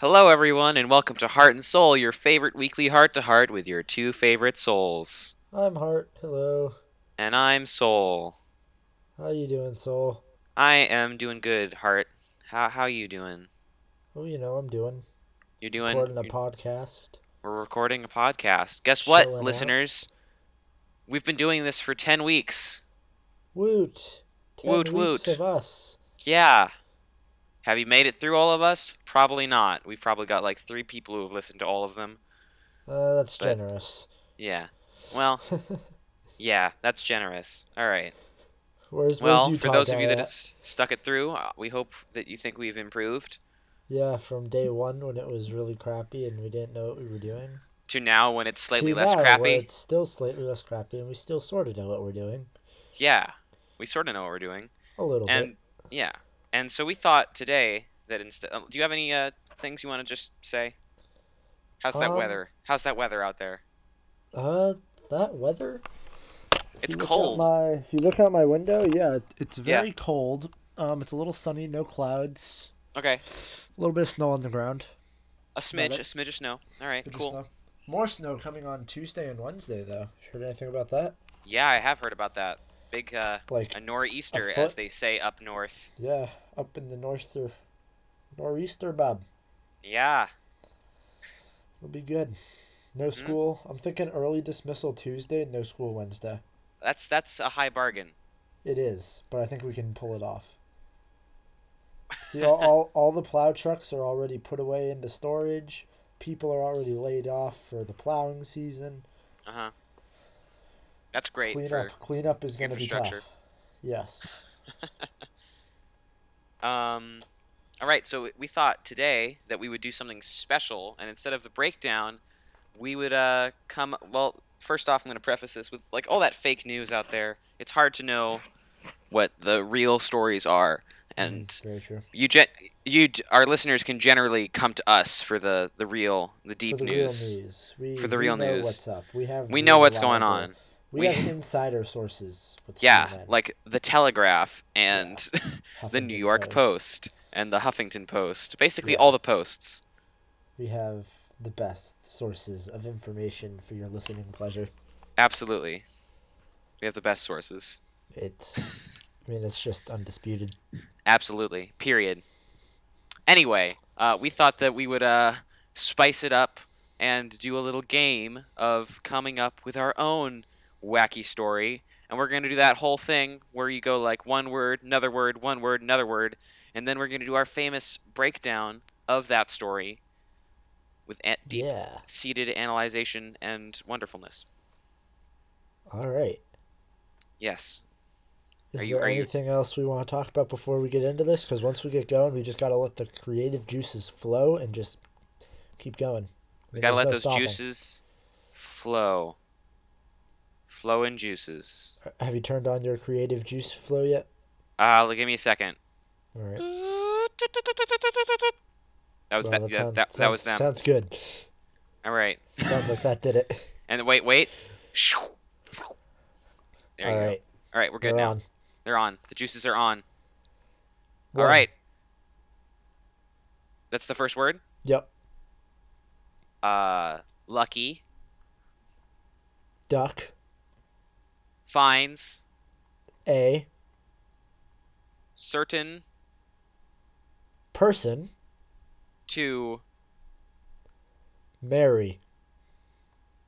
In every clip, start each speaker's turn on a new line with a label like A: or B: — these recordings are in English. A: Hello, everyone, and welcome to Heart and Soul, your favorite weekly heart to heart with your two favorite souls.
B: I'm Hart. Hello.
A: And I'm Soul.
B: How you doing, Soul?
A: I am doing good, Heart. How how you doing?
B: Oh, you know I'm doing.
A: You're doing.
B: Recording a
A: you're-
B: podcast.
A: we're recording a podcast. Guess what,
B: Chilling out.
A: listeners? We've been doing this for ten weeks.
B: Woot. Ten
A: Woot,
B: weeks
A: woot.
B: of us.
A: Yeah. Have you made it through all of us? Probably not. We've probably got like three people who have listened to all of them.
B: Uh, that's
A: But-
B: generous.
A: Yeah. Well, yeah, that's generous. All right.
B: where's
A: Well,
B: where's
A: for
B: Utah
A: those of you
B: guy
A: that
B: at?
A: s- stuck it through, uh, we hope that you think we've improved
B: Yeah, from day one when it was really crappy and we didn't know what we were doing.
A: to now when it's slightly
B: to
A: less
B: now, where
A: crappy.
B: it's still slightly less crappy and we still sort of know what we're doing.
A: Yeah, we sort of know what we're doing,
B: A little
A: and
B: bit.
A: yeah, and so we thought today that instead, do you have any uh, things you want to just say? How's that
B: Um,
A: weather? How's that weather out there?
B: Uh, that weather. If
A: It's
B: you look out
A: cold.
B: My, if you look out my window, yeah, it- it's
A: Yeah.
B: very cold. Um, it's a little sunny, no clouds.
A: Okay,
B: A little bit of snow on the ground.
A: a smidge,
B: it.
A: a smidge of snow. All right,
B: Good to
A: cool.
B: snow. More snow coming on Tuesday and Wednesday, though. Heard anything about that?
A: Yeah, I have heard about that big uh,
B: Like,
A: a nor'easter,
B: foot?
A: as they say up north.
B: yeah, up in the north or nor'easter, Bob.
A: Yeah,
B: It'll be good. No
A: Mm-hmm.
B: school. I'm thinking early dismissal Tuesday, no school Wednesday.
A: that's that's a high bargain.
B: It is, but I think we can pull it off. See, all, all, all the plow trucks are already put away into storage. People are already laid off for the plowing season.
A: Uh huh. That's great
B: Clean
A: for
B: up, clean up is going to be
A: infrastructure.
B: tough. Yes.
A: Um, all right, so we thought today that we would do something special, and instead of the breakdown, we would uh, come. Well, first off, I'm going to preface this with like all that fake news out there. It's hard to know what the real stories are, and
B: Mm, very true.
A: you, gen- you, g- our listeners can generally come to us for the the real, the deep
B: for the
A: news.
B: real news. We,
A: For the
B: we
A: real
B: know
A: news.
B: what's up. We have
A: We know what's
B: reliable-
A: going on.
B: We,
A: We-
B: have insider sources. With
A: Yeah,
B: CNN,
A: like the Telegraph and the
B: Huffington
A: New York Post and the Huffington Post, basically
B: Yeah.
A: all the posts.
B: We have the best sources of information for your listening pleasure.
A: Absolutely, we have the best sources.
B: It's, I mean, it's just undisputed.
A: Absolutely. Period. Anyway, uh, we thought that we would uh, spice it up and do a little game of coming up with our own wacky story. And we're going to do that whole thing where you go like one word, another word, one word, another word. And then we're going to do our famous breakdown of that story with a- deep
B: Yeah.
A: seated analyzation and wonderfulness.
B: All right.
A: Yes.
B: Is
A: Are you-
B: there
A: are you-
B: anything else we want to talk about before we get into this? Because once we get going, we just got to let the creative juices flow and just keep going.
A: We
B: I mean,
A: gotta
B: there's
A: let
B: no
A: those
B: stopping.
A: juices flow. Flow in juices.
B: Have you turned on your creative juice flow yet?
A: Uh, l- give me a second.
B: All right.
A: That was
B: Well,
A: that. yeah,
B: sound-
A: that, that was them.
B: sounds- Sounds good.
A: All right.
B: Sounds like that did it.
A: And wait, wait. There you
B: All
A: go.
B: right,
A: All right, we're good
B: they're
A: now.
B: on.
A: They're on. The juices are on.
B: Well,
A: All right. That's the first word.
B: Yep.
A: Uh, lucky
B: Duck.
A: finds
B: A
A: certain
B: person.
A: to
B: Mary.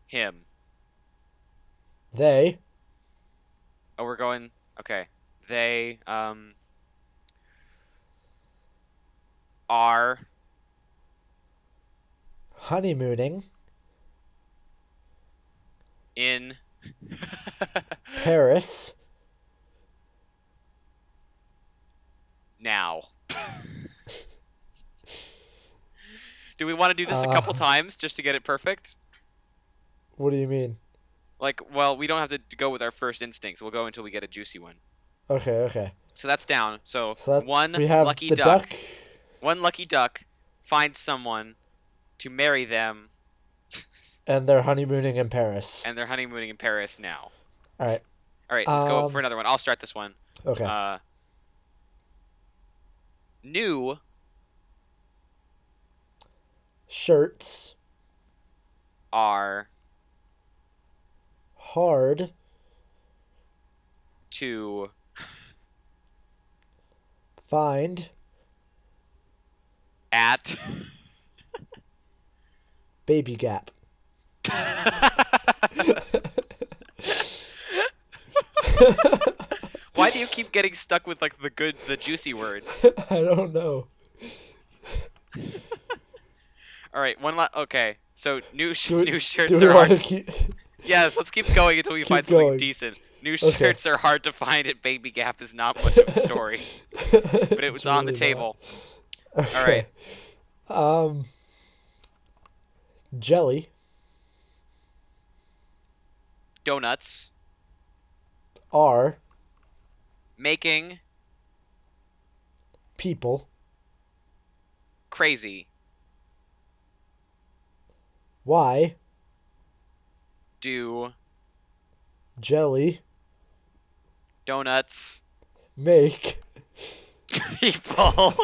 A: him.
B: They
A: Oh, we're going. Okay. They um are
B: honeymooning
A: in
B: Paris
A: now. do we want to do this a couple
B: Uh.
A: times just to get it perfect?
B: What do you mean?
A: Like, well, we don't have to go with our first instincts. We'll go until we get a juicy one.
B: Okay, okay.
A: So that's down. So,
B: So that
A: one
B: we have
A: lucky
B: the
A: duck,
B: duck.
A: One lucky duck finds someone to marry them,
B: and they're honeymooning in Paris.
A: and they're honeymooning in Paris now.
B: All right.
A: All right, let's go
B: Um,
A: for another one. I'll start this one.
B: Okay.
A: Uh, new
B: shirts
A: are
B: hard
A: to
B: find
A: at
B: baby gap.
A: Why do you keep getting stuck with like the good the juicy words?
B: I don't know.
A: All right, one la- okay. So new sh-
B: Do we-
A: new
B: Do
A: shirts
B: we
A: are hard
B: want to keep?
A: Yes, let's keep going until we
B: Keep
A: find something
B: going.
A: decent. New
B: Okay.
A: shirts are hard to find at Baby Gap is not much of a story, but it was on the table. All right.
B: Um, jelly
A: Donuts
B: are
A: making
B: people
A: crazy.
B: why
A: Do
B: jelly
A: donuts
B: make
A: people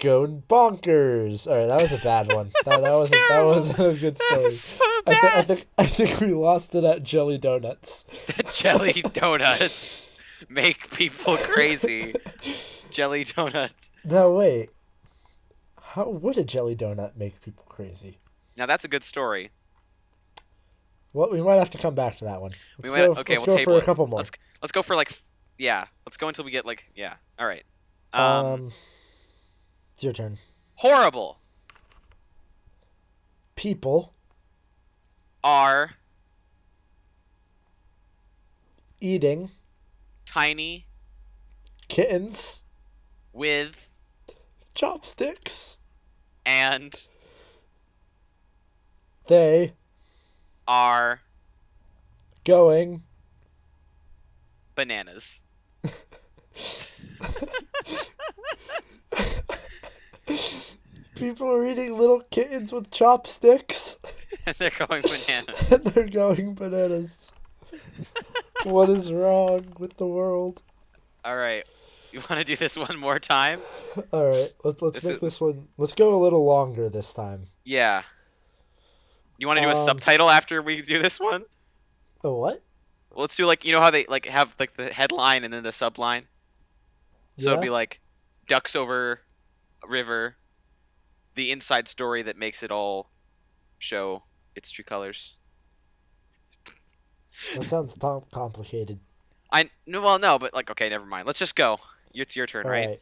B: go bonkers. All right, that was a bad one. That, that
A: was
B: wasn't that
A: terrible.
B: wasn't a good story.
A: so
B: I, th- I
A: bad?
B: think I think we lost it at jelly donuts.
A: Jelly donuts make people crazy. Jelly donuts.
B: Now wait, how would a jelly donut make people crazy?
A: Now that's a good story.
B: Well, we might have to come back to that one.
A: We
B: Let's
A: might-
B: go,
A: okay,
B: let's
A: we'll
B: go
A: table
B: for a
A: it.
B: couple more.
A: Let's let's go for like f- yeah. Let's go until we get like yeah. All right.
B: Um,
A: um
B: it's your turn.
A: horrible
B: People
A: are
B: eating
A: tiny
B: kittens
A: with
B: chopsticks.
A: and
B: They
A: are
B: going.
A: bananas.
B: People are eating little kittens with chopsticks.
A: And they're going bananas.
B: and they're going bananas. what is wrong with the world?
A: All right. You want to do this one more time?
B: All right, let, let's
A: This
B: make
A: is-
B: this one. Let's go a little longer this time.
A: Yeah. You want to do a
B: Um,
A: subtitle after we do this one?
B: Oh, what?
A: Well, let's do like you know how they like have like the headline and then the subline. So it'd be like ducks over river, the inside story that makes it all show its true colors.
B: that sounds tom- complicated.
A: I no, well no, but like okay, never mind. Let's just go. It's your turn,
B: All
A: right?
B: right.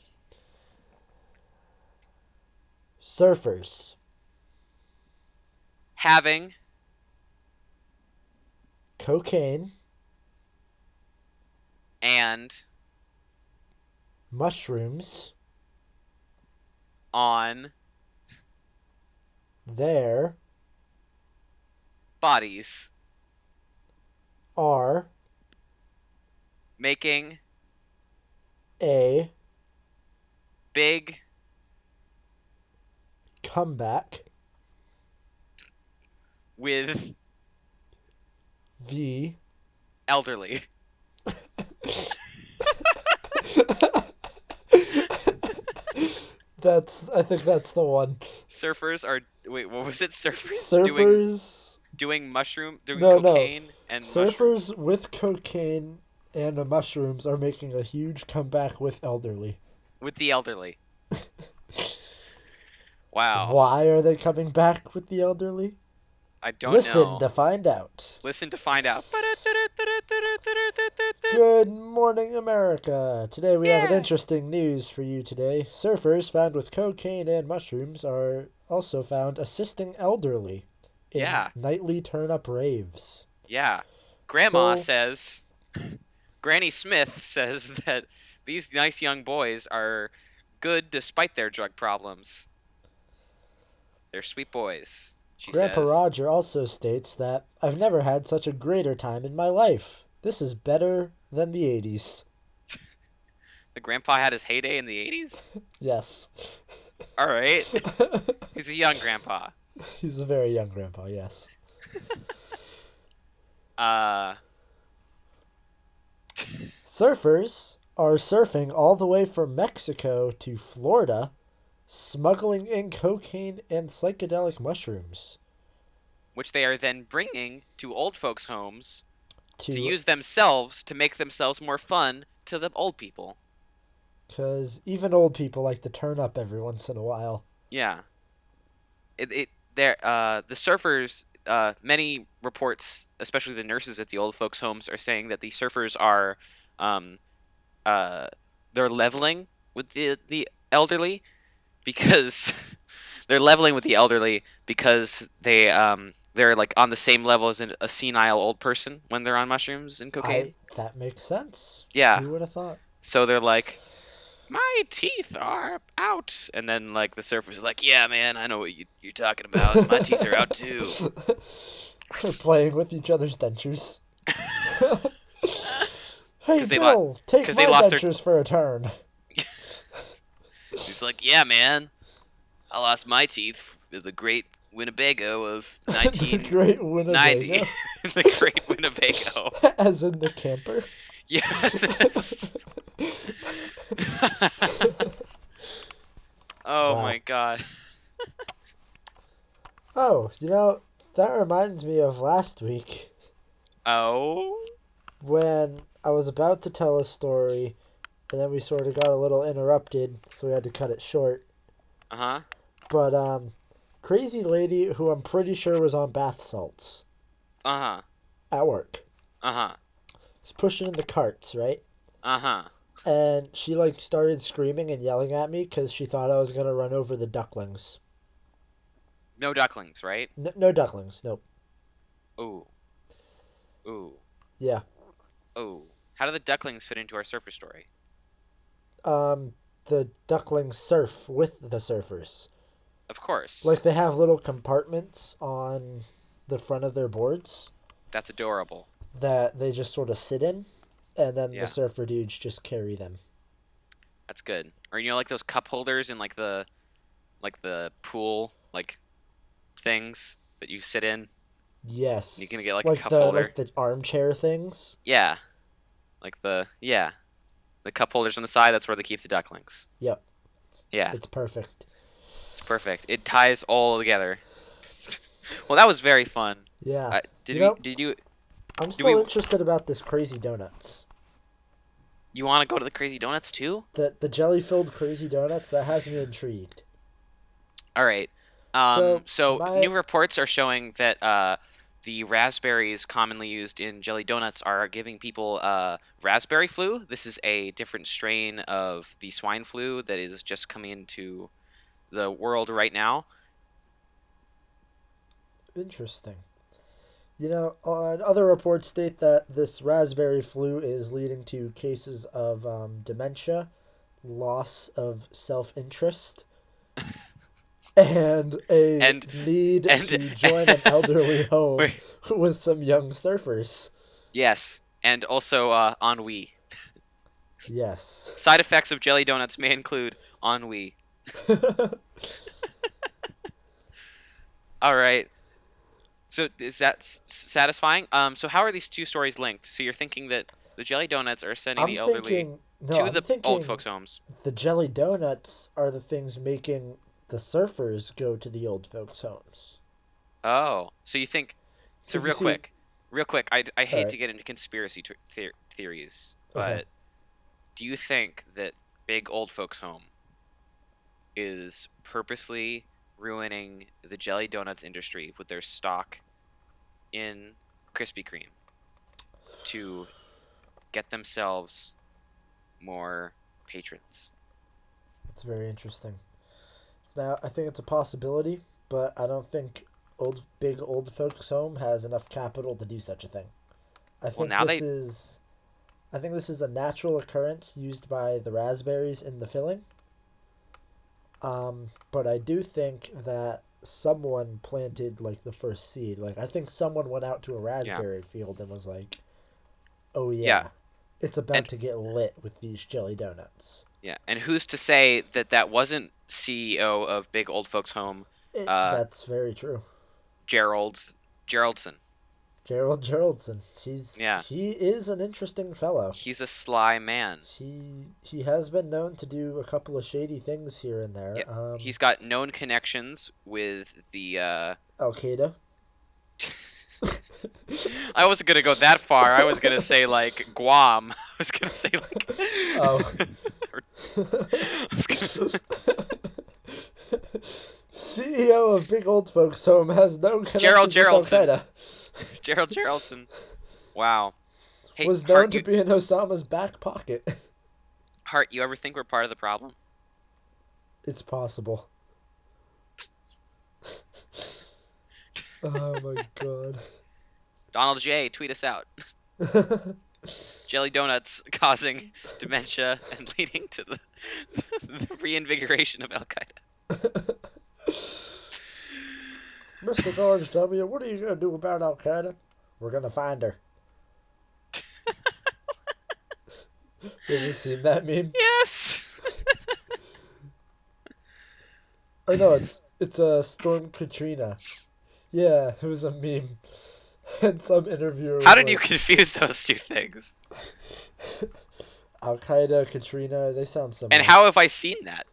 B: Surfers
A: Having
B: cocaine,
A: and
B: mushrooms,
A: on
B: there
A: bodies,
B: are
A: making
B: a
A: big
B: comeback.
A: with
B: The
A: elderly.
B: that's I think that's the one.
A: Surfers are wait, what was it? Surfers, doing
B: Surfers,
A: doing mushroom doing
B: No, no.
A: cocaine and mushroom.
B: surfers with cocaine and the mushrooms are making a huge comeback with elderly.
A: with the elderly. Wow.
B: Why are they coming back with the elderly?
A: I don't
B: Listen
A: know.
B: to find out.
A: Listen to find out.
B: Good morning, America. Today we have an
A: Yeah.
B: interesting news for you today. Surfers found with cocaine and mushrooms are also found assisting elderly in
A: Yeah.
B: nightly turn up raves.
A: Yeah. Grandma
B: So-
A: says Granny Smith says that these nice young boys are good despite their drug problems. They're sweet boys. She
B: Grandpa
A: says.
B: Roger also states that I've never had such a greater time in my life. This is better than the 80s.
A: The grandpa had his heyday in the 80s?
B: Yes.
A: All right. He's a young grandpa.
B: He's a very young grandpa, yes.
A: Uh,
B: Surfers are surfing all the way from Mexico to Florida smuggling in cocaine and psychedelic mushrooms
A: which they are then bringing to old folks' homes
B: to,
A: to use themselves to make themselves more fun to the old people.
B: Because even old people like to turn up every once in a while.
A: Yeah. It it there uh the surfers uh many reports, especially the nurses at the old folks' homes, are saying that the surfers are um uh they're leveling with the the elderly because they're leveling with the elderly because they um they're like on the same level as an, a senile old person when they're on mushrooms and cocaine.
B: I, that makes sense.
A: yeah.
B: Who would have thought?
A: So they're like, my teeth are out. And then, like, the surfer's is like, yeah, man, I know what you, you're talking about. Uh, My teeth are out, too.
B: They're playing with each other's dentures. hey,
A: 'Cause they
B: Bill, take
A: 'cause
B: my
A: they lost their-
B: dentures for a turn.
A: He's like, yeah, man, I lost my teeth with the great Winnebago of
B: the
A: 1990.
B: great Winnebago,
A: the great Winnebago.
B: as in the camper.
A: Yes. oh,
B: Wow.
A: my God.
B: Oh, you know, that reminds me of last week.
A: Oh.
B: when I was about to tell a story, and then we sort of got a little interrupted, so we had to cut it short.
A: Uh huh.
B: But um, crazy lady who I'm pretty sure was on bath salts
A: Uh huh.
B: at work
A: Uh huh.
B: was pushing in the carts, right?
A: Uh huh.
B: And she like started screaming and yelling at me because she thought I was gonna run over the ducklings.
A: No ducklings, right?
B: N- no ducklings, nope.
A: Ooh. Ooh.
B: Yeah.
A: Ooh. How do the ducklings fit into our surfer story?
B: Um, the ducklings surf with the surfers.
A: Of course.
B: Like they have little compartments on the front of their boards.
A: That's adorable.
B: that they just sort of sit in, and then
A: Yeah.
B: the surfer dudes just carry them.
A: That's good. Or you know like those cup holders in like the like the pool like things that you sit in?
B: Yes.
A: You can get, like, a cup
B: the
A: holder.
B: like the armchair things.
A: Yeah. Like the yeah. The cup holders on the side, that's where they keep the ducklings.
B: Yep,
A: Yeah,
B: it's perfect.
A: it's perfect. It ties all together. well, that was very fun.
B: Yeah,
A: Uh, did
B: You know-
A: we, did you
B: I'm still
A: we-
B: interested about this crazy donuts.
A: you want to go to the Crazy Donuts too?
B: The the jelly filled crazy donuts that has me intrigued.
A: All right. Um,
B: So,
A: so
B: my-
A: new reports are showing that uh, the raspberries commonly used in jelly donuts are giving people uh, raspberry flu. This is a different strain of the swine flu that is just coming into the world right now.
B: Interesting. You know, uh, other reports state that this raspberry flu is leading to cases of um, dementia, loss of self-interest, and a
A: And-
B: need
A: and-
B: to join an elderly home
A: Wait.
B: with some young surfers.
A: Yes, and also uh, ennui.
B: Yes.
A: Side effects of jelly donuts may include ennui. All right. So is that s- satisfying? Um, so how are these two stories linked? So you're thinking that the jelly donuts are sending
B: I'm
A: the elderly
B: thinking, no,
A: to
B: I'm
A: the
B: thinking
A: old folks' homes.
B: the jelly donuts are the things making the surfers go to the old folks' homes.
A: Oh, so you think? So
B: 'Cause you
A: real
B: see-
A: quick, real quick. I, I hate to
B: Alright.
A: get into conspiracy t- theor theories, but
B: Okay.
A: do you think that big old folks home is purposely ruining the jelly donuts industry with their stock in Krispy Kreme to get themselves more patrons?
B: It's very interesting. Now, I think it's a possibility, but I don't think old big old folks home has enough capital to do such a thing. I think
A: now
B: this
A: they-
B: is I think this is a natural occurrence used by the raspberries in the filling. Um, but I do think that someone planted like the first seed. Like I think someone went out to a raspberry field and was like, "Oh yeah, it's about
A: And-
B: to get lit with these jelly donuts."
A: Yeah, and who's to say that that wasn't CEO of Big Old Folks Home
B: It,
A: Uh,
B: that's very true.
A: Gerald Geraldson?
B: Gerald Geraldson. He's
A: Yeah.
B: he is an interesting fellow.
A: He's a sly man.
B: He he has been known to do a couple of shady things here and there.
A: Yeah,
B: um,
A: He's got known connections with the. Uh...
B: Al Qaeda.
A: I wasn't gonna go that far. I was gonna say like Guam. I was gonna say like.
B: Oh.
A: Or-
B: CEO E of Big Old Folks Home has no connections
A: Gerald
B: with Al
A: Geraldson.
B: Qaeda.
A: Gerald Geraldson. Wow. Hey,
B: was known
A: Hart,
B: to
A: you,
B: be in Osama's back pocket.
A: Hart, you ever think we're part of the problem?
B: It's possible. oh my god.
A: Donald J, tweet us out. Jelly donuts causing dementia and leading to the, the reinvigoration of Al Qaeda.
B: Mr. George W., what are you going to do about Al Qaeda? We're going to find her. you ever seen that meme?
A: Yes.
B: Oh no, it's it's a uh, Storm Katrina. Yeah, it was a meme. And some interviewer. was
A: How did you
B: like,
A: confuse those two things?
B: Al Qaeda, Katrina? They sound similar.
A: And how have I seen that?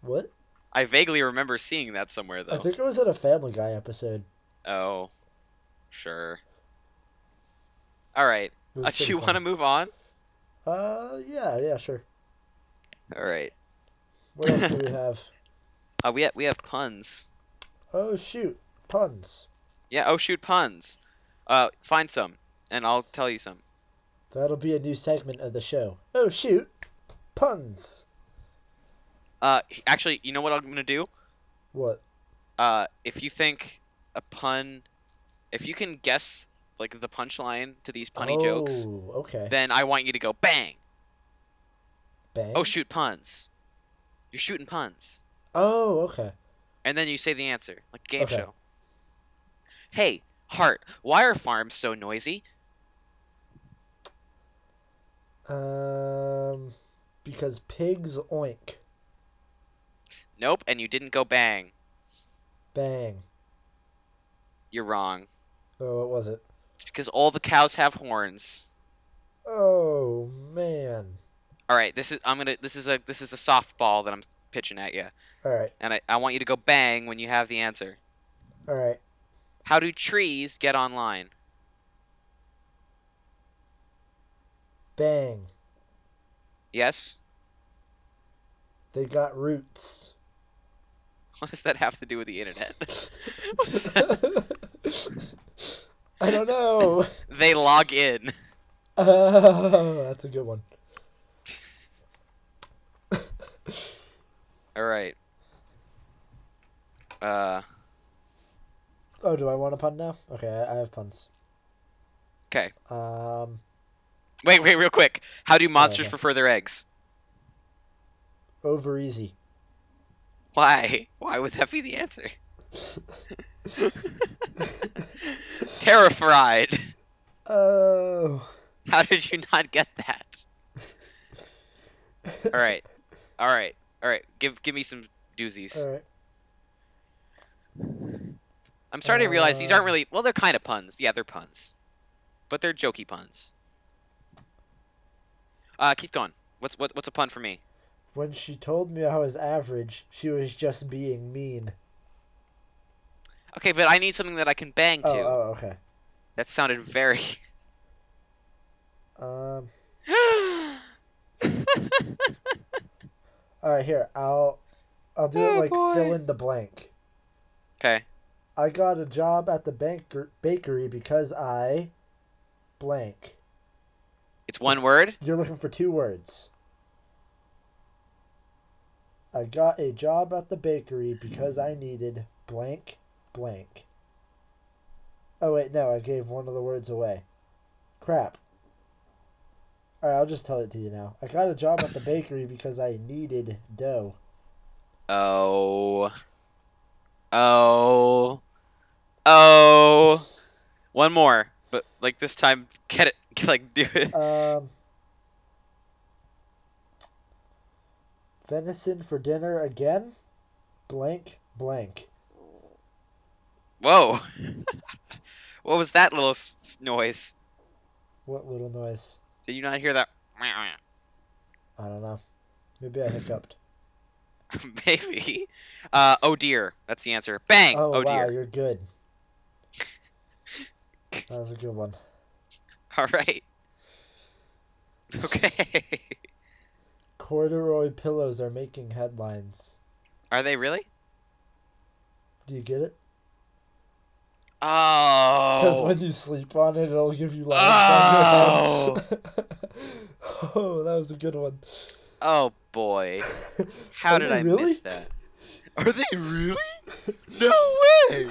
B: What?
A: I vaguely remember seeing that somewhere
B: I
A: though.
B: think it was in a Family Guy episode.
A: Oh, sure. All right.
B: It was
A: Uh, do
B: pretty
A: you want to
B: funny.
A: move on?
B: Uh, yeah, yeah, sure.
A: All right.
B: What else do we have?
A: Uh, we ha- we have puns.
B: Oh shoot, puns.
A: Yeah. Oh shoot, puns. Uh, find some, and I'll tell you some.
B: That'll be a new segment of the show. Oh shoot, puns.
A: Uh, h- actually, you know what I'm gonna do?
B: What?
A: Uh, if you think a pun, if you can guess like the punchline to these punny
B: oh,
A: jokes,
B: okay.
A: then I want you to go bang.
B: Bang.
A: Oh shoot, puns. You're shooting puns,
B: Oh, okay.
A: and then you say the answer like a game
B: Okay.
A: show. Hey, Hart, why are farms so noisy?
B: Um, because pigs oink.
A: Nope, and you didn't go bang.
B: Bang.
A: You're wrong.
B: Oh, what was it?
A: It's because all the cows have horns.
B: Oh man.
A: All right, this is I'm gonna this is a this is a softball that I'm pitching at you,
B: All right,
A: and I, I want you to go bang when you have the answer.
B: all right.
A: How do trees get online?
B: Bang.
A: Yes.
B: They got roots.
A: What does that have to do with the internet? What is that?
B: I don't know.
A: they log in.
B: Oh, that's a good one.
A: All right. Uh,
B: Oh, do I want a pun now? Okay, I I have puns.
A: 'Kay.
B: Um,
A: wait, wait, real quick. How do monsters
B: Oh, okay.
A: prefer their eggs?
B: over easy.
A: Why? Why would that be the answer? Terrified.
B: Oh.
A: How did you not get that? All right. All right. All right. Give give me some doozies.
B: All right.
A: I'm starting to realize these aren't
B: uh,
A: really well, they're kind of puns. Yeah, they're puns. But they're jokey puns. Uh keep going. What's what what's a pun for me?
B: When she told me I was average, she was just being mean.
A: Okay, but I need something that I can bang to.
B: Oh, oh, okay.
A: That sounded very
B: Um. All right, here I'll, I'll do
A: Oh,
B: it like
A: boy.
B: fill in the blank.
A: Okay.
B: I got a job at the banker bakery because I, blank.
A: It's one
B: It's-
A: word.
B: You're looking for two words. I got a job at the bakery because I needed blank blank. Oh wait, no, I gave one of the words away. Crap. Alright, I'll just tell it to you now. I got a job at the bakery because I needed dough.
A: Oh. Oh. Oh. One more, but like this time, get it, like do it.
B: Um Venison for dinner again? Blank blank.
A: Whoa. What was that little s- s- noise?
B: What little noise?
A: Did you not hear that?
B: I don't know. Maybe I hiccuped.
A: Maybe. Uh, oh dear. That's the answer. Bang.
B: Oh,
A: Oh,
B: wow,
A: dear.
B: you're good. That was a good one.
A: All right. Okay.
B: Corduroy pillows are making headlines.
A: Are they really?
B: Do you get it? Because
A: Oh.
B: when you sleep on it, it'll give you lines on your head. oh, that was a good one.
A: Oh boy. How
B: Are
A: did I
B: they really?
A: miss that? Are they really? No way.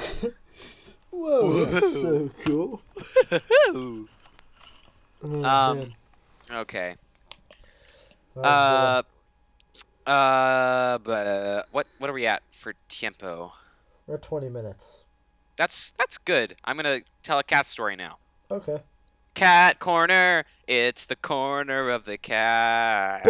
B: Whoa, that's
A: Whoa.
B: so cool. Oh,
A: Um,
B: man.
A: okay.
B: That was a good one.
A: Uh. Uh. But what? What are we at for tiempo?
B: We're at 20 minutes.
A: That's that's good. I'm gonna tell a cat story now.
B: Okay.
A: Cat corner. It's the corner of the cat.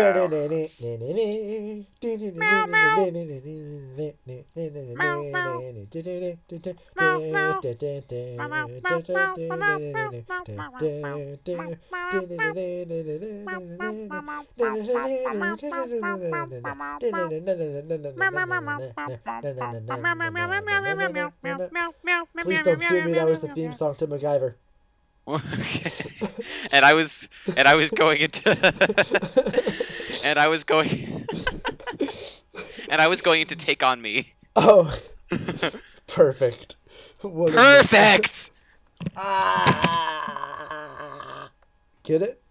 B: Please don't sue me. That was the theme song to MacGyver.
A: and I was and I was going into and I was going and I was going to take on me.
B: Oh, perfect. What a-
A: Perfect.
B: Ah! Get it?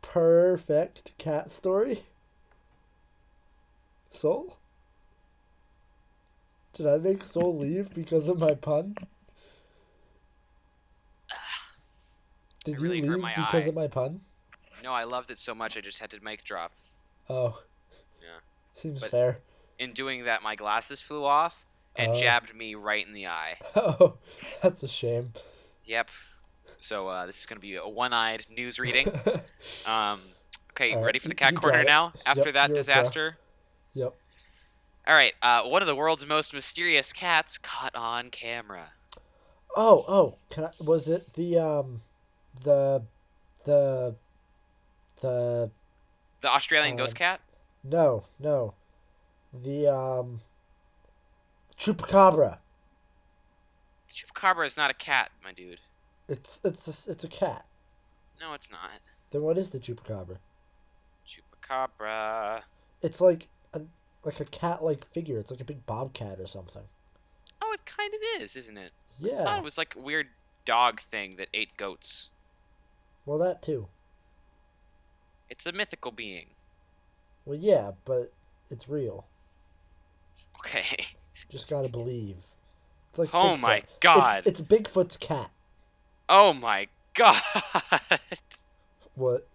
B: Perfect cat story. Soul? Did I make Soul leave because of my pun? Did
A: It really
B: you
A: hurt
B: leave
A: my
B: because
A: eye.
B: of my pun?
A: No, I loved it so much I just had to mic drop.
B: Oh.
A: Yeah.
B: Seems
A: But-
B: fair.
A: In doing that, my glasses flew off and
B: Oh.
A: jabbed me right in the eye.
B: Oh, that's a shame.
A: Yep. So uh, this is gonna be a one-eyed news reading. Um, okay,
B: All right,
A: ready for the
B: you-
A: cat
B: you got
A: corner
B: it.
A: now? After
B: Yep,
A: that
B: you're a pro.
A: disaster.
B: Yep.
A: All right. Uh, one of the world's most mysterious cats caught on camera.
B: Oh, oh, can I, was it the um the the the
A: The Australian ghost
B: Um,
A: cat.
B: no, no. The um Chupacabra.
A: The chupacabra is not a cat, my dude.
B: It's it's a, s- it's a cat.
A: No, it's not.
B: Then what is the Chupacabra?
A: Chupacabra.
B: It's like a like a cat-like figure. It's like a big bobcat or something.
A: Oh, it kind of is, isn't it? I thought
B: Yeah.
A: it was like a weird dog thing that ate goats.
B: Well, that too.
A: It's a mythical being.
B: Well, yeah, but it's real.
A: Okay.
B: Just gotta believe. It's like
A: Oh my
B: Bigfoot.
A: god.
B: It's, it's Bigfoot's cat.
A: Oh my god.
B: What?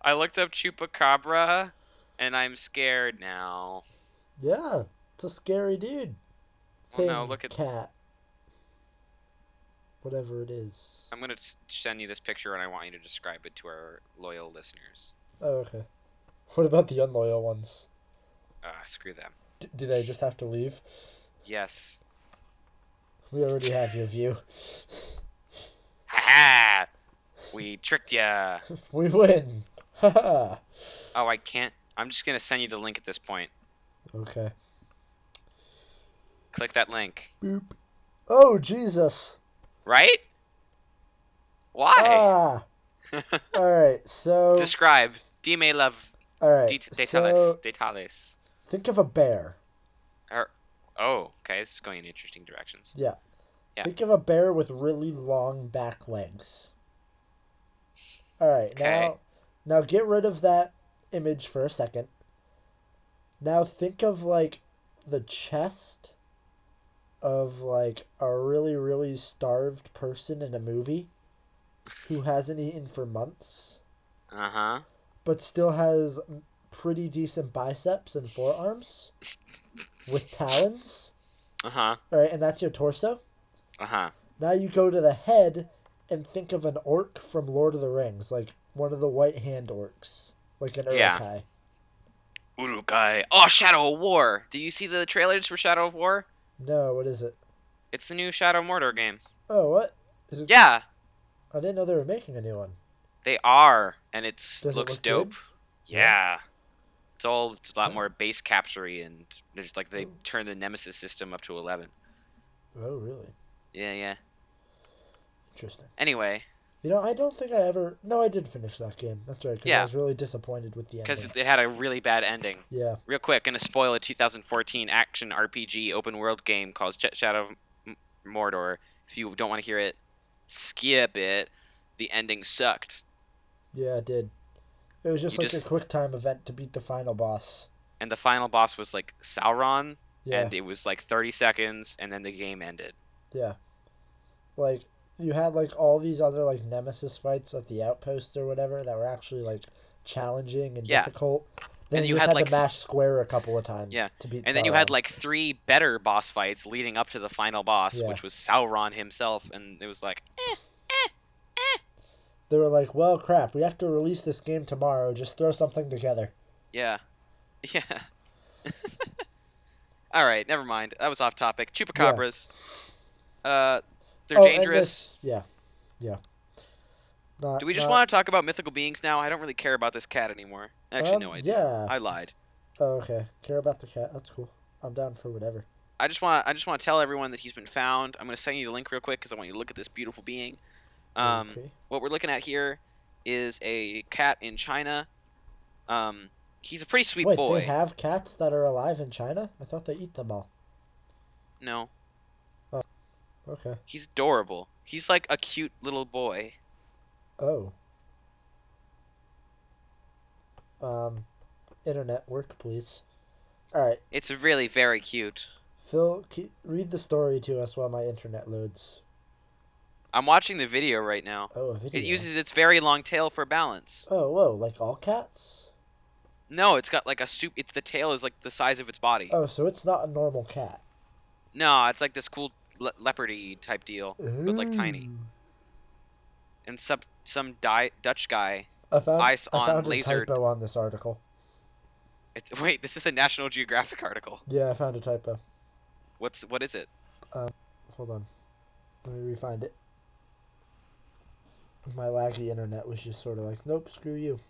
A: I looked up chupacabra, and I'm scared now.
B: Yeah, it's a scary dude.
A: Well, Oh, no,
B: Thing,
A: look at-
B: cat. Whatever it is.
A: I'm gonna s- send you this picture, and I want you to describe it to our loyal listeners.
B: Oh, okay. What about the unloyal ones?
A: Ah, screw them.
B: D- do they just have to leave?
A: Yes.
B: We already have your view.
A: Ha ha! We tricked ya.
B: we win. Haha.
A: Oh, I can't. I'm just gonna send you the link at this point.
B: okay.
A: Click that link.
B: Boop. Oh Jesus.
A: Right? Why?
B: Ah. All right. So.
A: Describe. Dime love.
B: all Oh. right.
A: det-
B: So
A: Detales. Detales.
B: think of a bear.
A: Or, oh, okay. This is going in interesting directions.
B: Yeah.
A: Yeah.
B: Think of a bear with really long back legs. All right,
A: Okay.
B: now now get rid of that image for a second. Now think of like the chest of like a really really starved person in a movie who hasn't eaten for months
A: Uh huh.
B: but still has pretty decent biceps and forearms with talons.
A: Uh huh.
B: All right, and that's your torso.
A: Uh huh.
B: Now you go to the head and think of an orc from Lord of the Rings, like one of the white hand orcs, like an
A: Yeah.
B: urukai.
A: Urukai. Oh, Shadow of War. Do you see the trailers for Shadow of War?
B: No, what is it?
A: It's the new Shadow of Mordor game.
B: Oh, what? Is it?
A: Yeah,
B: I didn't know they were making a new one.
A: they are, and it's
B: Does it
A: looks
B: look good?
A: dope.
B: Yeah.
A: Yeah.
B: Oh.
A: It's all it's a lot more base captury and there's like they
B: Ooh.
A: turn the Nemesis system up to 11.
B: Oh, really?
A: Yeah, yeah.
B: Interesting.
A: Anyway,
B: You know, I don't think I ever. No, I did finish that game. That's right. Because I
A: Yeah.
B: was really disappointed with the
A: because
B: ending.
A: it had a really bad ending.
B: Yeah.
A: Real quick, gonna spoil a 2014 action RPG open world game called Sh- Shadow of M- Mordor. If you don't want to hear it, skip it. The ending sucked,
B: Yeah, it did. It was just
A: You
B: like
A: just-
B: a quick time event to beat the final boss.
A: and the final boss was like Sauron,
B: Yeah.
A: and it was like 30 seconds, and then the game ended.
B: Yeah. Like you had like all these other like nemesis fights at the outpost or whatever that were actually like challenging and
A: Yeah.
B: difficult. Then
A: And you
B: you, just
A: had,
B: had,
A: like,
B: to mash square a couple of times
A: Yeah.
B: to beat
A: And then you had
B: Sauron.
A: like three better boss fights leading up to the final boss,
B: Yeah.
A: which was Sauron himself, and it was like,
B: they were like, Well crap, we have to release this game tomorrow, just throw something together.
A: yeah, yeah. All right, never mind. That was off topic. Chupacabras, uh, they're
B: Oh, and
A: dangerous.
B: this- yeah. Yeah. Not,
A: Do we just
B: not-
A: want to talk about mythical beings now? I don't really care about this cat anymore. Actually,
B: um,
A: no, I do.
B: Yeah.
A: I lied.
B: Oh, okay. Care about the cat. That's cool. I'm down for whatever.
A: I just want I just want to tell everyone that he's been found. I'm going to send you the link real quick because I want you to look at this beautiful being. Um,
B: okay.
A: What we're looking at here is a cat in China. Um, he's a pretty sweet
B: Wait,
A: boy.
B: they have cats that are alive in China? I thought they eat them all.
A: no,
B: Okay.
A: he's adorable. He's like a cute little boy.
B: Oh. Um, internet work, please. All right,
A: It's really very cute.
B: Phil, ke read the story to us while my internet loads.
A: I'm watching the video right now.
B: Oh, a video.
A: It uses its very long tail for balance.
B: Oh, whoa! Like all cats?
A: No, it's got like a soup. It's the tail is like the size of its body.
B: Oh, so it's not a normal cat.
A: No, it's like this cool le- leopardy type deal.
B: But
A: like, tiny. And some some di- Dutch guy.
B: I found
A: Eyes
B: I
A: on
B: found
A: laser-
B: a typo on this article.
A: It's, wait, this is a National Geographic article.
B: Yeah, I found a typo.
A: What's what is it?
B: Hold on, let me refind it. My laggy internet was just sort of like, nope, screw you.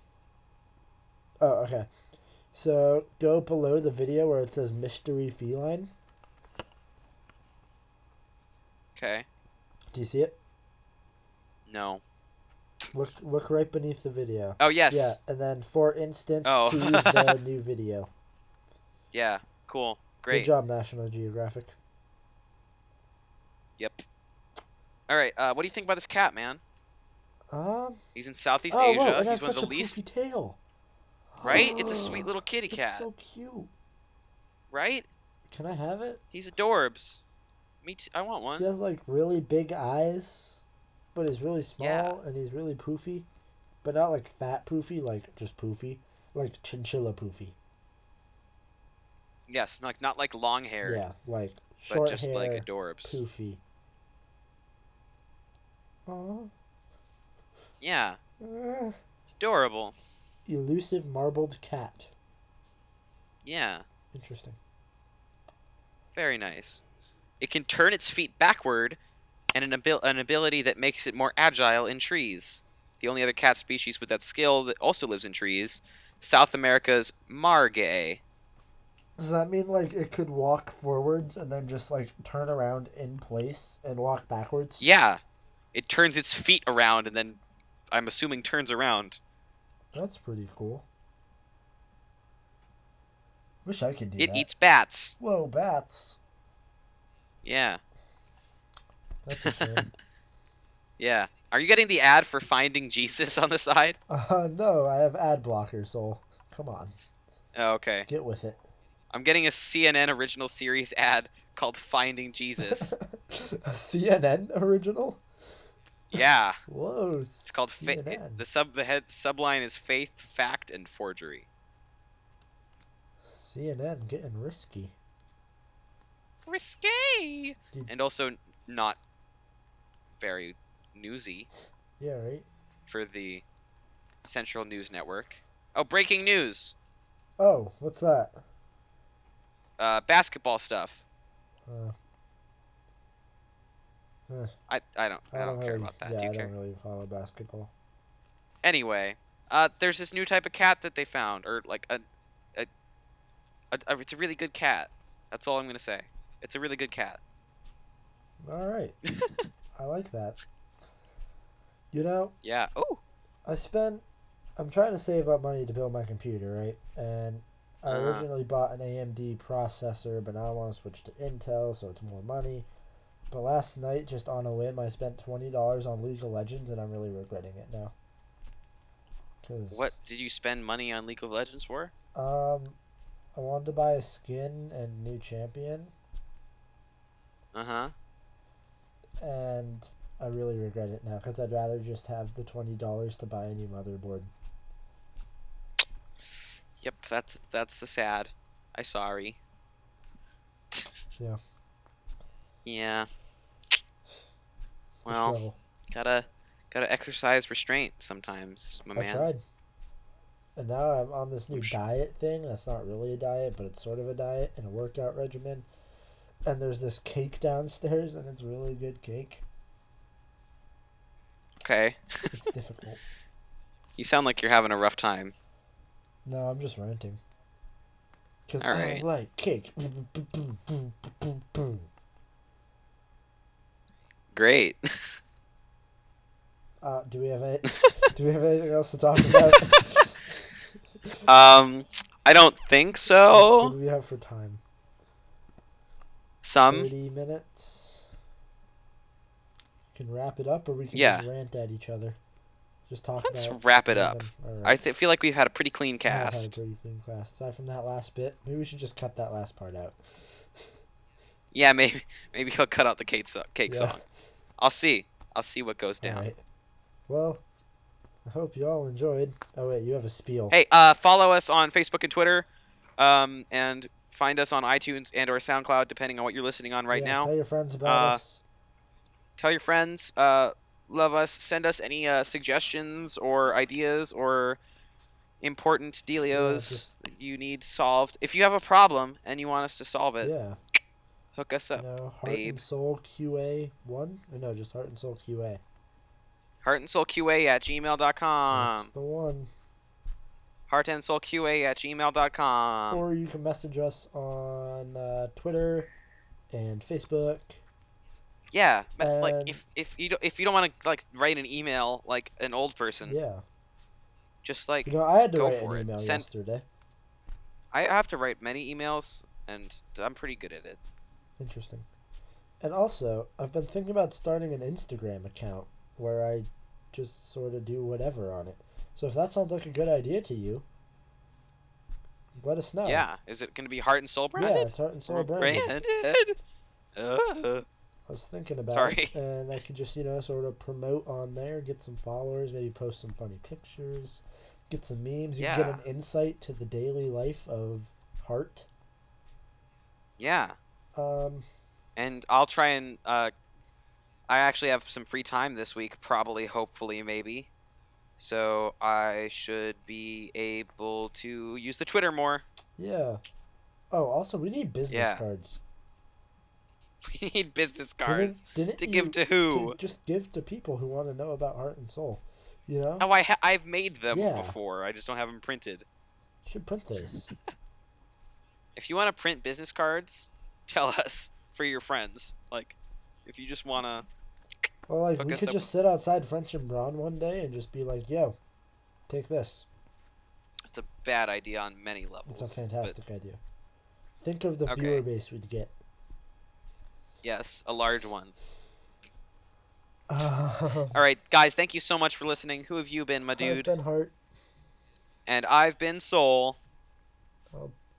B: Oh, okay. So go below the video where it says mystery feline.
A: Okay.
B: Do you see it?
A: No.
B: Look, look right beneath the video.
A: Oh yes.
B: Yeah,
A: Yeah.
B: and then for instance,
A: Oh.
B: to the new video.
A: Cool.
B: Good
A: Great.
B: job, National Geographic.
A: Yep. All right. Uh, what do you think about this cat, man?
B: Um.
A: He's in Southeast
B: oh,
A: Asia.
B: wow, it has
A: He's one
B: such
A: of the
B: a
A: least.
B: poofy tail.
A: Right? It's a sweet little kitty
B: It's
A: cat.
B: so cute.
A: Right?
B: Can I have it?
A: He's adorbs. Me too. I want one.
B: He has like really big eyes, but he's really small
A: Yeah.
B: and he's really poofy, but not like fat poofy, like just poofy, like chinchilla poofy.
A: Yes. Like not like long hair.
B: Yeah, like
A: But
B: short
A: just
B: hair,
A: like adorbs.
B: poofy. Aww.
A: Yeah.
B: Uh,
A: It's adorable.
B: elusive marbled cat.
A: Yeah.
B: Interesting.
A: Very nice. It can turn its feet backward, and an, abil- an ability that makes it more agile in trees. The only other cat species with that skill that also lives in trees, South America's margay.
B: Does that mean like it could walk forwards and then just like turn around in place and walk backwards?
A: Yeah, it turns its feet around and then, I'm assuming, turns around.
B: That's pretty cool. Wish I could do
A: It
B: that.
A: eats bats.
B: Whoa, bats.
A: Yeah,
B: That's a shame.
A: yeah. Are you getting the ad for Finding Jesus on the side?
B: uh, no, I have ad blocker, so come on,
A: Oh, okay.
B: get with it.
A: I'm getting a CNN original series ad called Finding Jesus.
B: a CNN original?
A: yeah.
B: Whoa,
A: It's called fa-
B: CNN.
A: it- the sub the head subline is faith, fact, and forgery.
B: CNN getting risky.
A: Risque.
B: Did-
A: And also not very newsy
B: Yeah, right.
A: for the Central News Network. Oh, breaking news!
B: Oh, what's that?
A: Uh, basketball stuff.
B: Uh, Huh.
A: I, I don't I, don't, care
B: really,
A: about that.
B: Yeah,
A: Do you
B: I
A: care?
B: don't really follow basketball.
A: Anyway, uh, there's this new type of cat that they found, or like a, a, a, a it's a really good cat. That's all I'm gonna say. It's a really good cat.
B: All right, I like that. You know,
A: Yeah. Oh.
B: I spent. I'm trying to save up money to build my computer, right? And I
A: Uh-huh.
B: originally bought an AMD processor, but now I want to switch to Intel, so it's more money. But last night, just on a whim, I spent twenty dollars on League of Legends, and I'm really regretting it now. 'Cause,
A: What did you spend money on League of Legends for?
B: Um, I wanted to buy a skin and new champion,
A: Uh huh.
B: and I really regret it now because I'd rather just have the twenty dollars to buy a new motherboard.
A: Yep. That's that's a sad. I sorry.
B: Yeah.
A: Yeah.
B: It's a
A: Well,
B: struggle.
A: gotta gotta exercise restraint sometimes, my
B: I
A: man.
B: tried. And now I'm on this new
A: Oosh.
B: diet thing. That's not really a diet, but it's sort of a diet and a workout regimen. And there's this cake downstairs, and it's really good cake.
A: Okay.
B: It's difficult.
A: You sound like you're having a rough time.
B: No, I'm just ranting. Because
A: All
B: I
A: right.
B: like cake. Boom, boom, boom, boom, boom, boom, boom.
A: Great.
B: Uh, do we have any, Do we have anything else to talk about?
A: Um, I don't think
B: What
A: so.
B: do we have for time?
A: Some.
B: Thirty minutes. Can wrap it up, or we can
A: Yeah.
B: just rant at each other. Just talk
A: Let's
B: about.
A: wrap it up.
B: random- all right.
A: I th- feel like we've had a pretty clean
B: I have had a
A: cast.
B: pretty clean class. Aside from that last bit, maybe we should just cut that last part out.
A: Yeah, maybe maybe he'll cut out the cake, so- cake
B: Yeah.
A: song. I'll see. I'll see what goes down.
B: Alright. Well, I hope you all enjoyed. Oh wait, you have a spiel.
A: Hey, uh, follow us on Facebook and Twitter, um, and find us on iTunes and or SoundCloud, depending on what you're listening on right
B: Yeah,
A: now.
B: Tell your friends about
A: uh,
B: us.
A: Tell your friends. Uh, love us. Send us any uh, suggestions or ideas or important delios
B: just-
A: that you need solved. If you have a problem and you want us to solve it,
B: Yeah.
A: hook us up.
B: No, Heart
A: babe.
B: and Soul QA one? Or no, just Heart and Soul QA.
A: Heart and Soul QA at
B: That's
A: gmail.com.
B: the one.
A: Heart and Soul QA at gmail.com.
B: or you can message us on uh, Twitter and Facebook.
A: Yeah, ma- like
B: And-
A: if, if you don't if you don't want to like write an email like an old person,
B: Yeah.
A: just like
B: You know, I had to
A: Go
B: write
A: for
B: an
A: it.
B: email
A: Send-
B: yesterday.
A: I have to write many emails and I'm pretty good at it.
B: Interesting. And also, I've been thinking about starting an Instagram account where I just sort of do whatever on it. So if that sounds like a good idea to you, let us know.
A: Yeah, is it going to be Heart and Soul
B: Oh. Yeah,
A: branded?
B: it's Heart and Soul Branded.
A: Branded. Uh,
B: I was thinking about
A: Sorry.
B: it, and I could just, you know, sort of promote on there, get some followers, maybe post some funny pictures, get some memes. You can
A: Yeah.
B: get an insight to the daily life of Heart.
A: yeah,
B: Um,
A: and I'll try and uh, I actually have some free time this week, probably, hopefully, maybe. So I should be able to use the Twitter more.
B: yeah. Oh, also, we need business
A: Yeah.
B: cards.
A: We need business
B: Didn't-
A: cards
B: didn't
A: to
B: you-
A: give to who?
B: to just give to people who want to know about heart and soul. You know,
A: Oh, I ha- I've made them
B: Yeah.
A: before. I just don't have them printed.
B: should print this.
A: If you want to print business cards, tell us for your friends. Like, if you just wanna,
B: Well, like
A: Hook
B: we
A: us
B: could
A: up
B: just
A: with-
B: sit outside French and Brown one day and just be like, "Yo, take this."
A: it's a bad idea on many levels.
B: It's a
A: but
B: fantastic idea. Think of the
A: Okay.
B: viewer base we'd get.
A: yes, a large one.
B: Um,
A: All right, guys, thank you so much for listening. Who have you been, my
B: I've
A: dude?
B: been Hart.
A: And I've been Soul.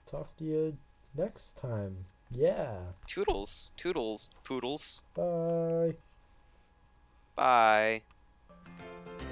B: Talk to you next time. Yeah.
A: Toodles, toodles, poodles.
B: Bye.
A: Bye.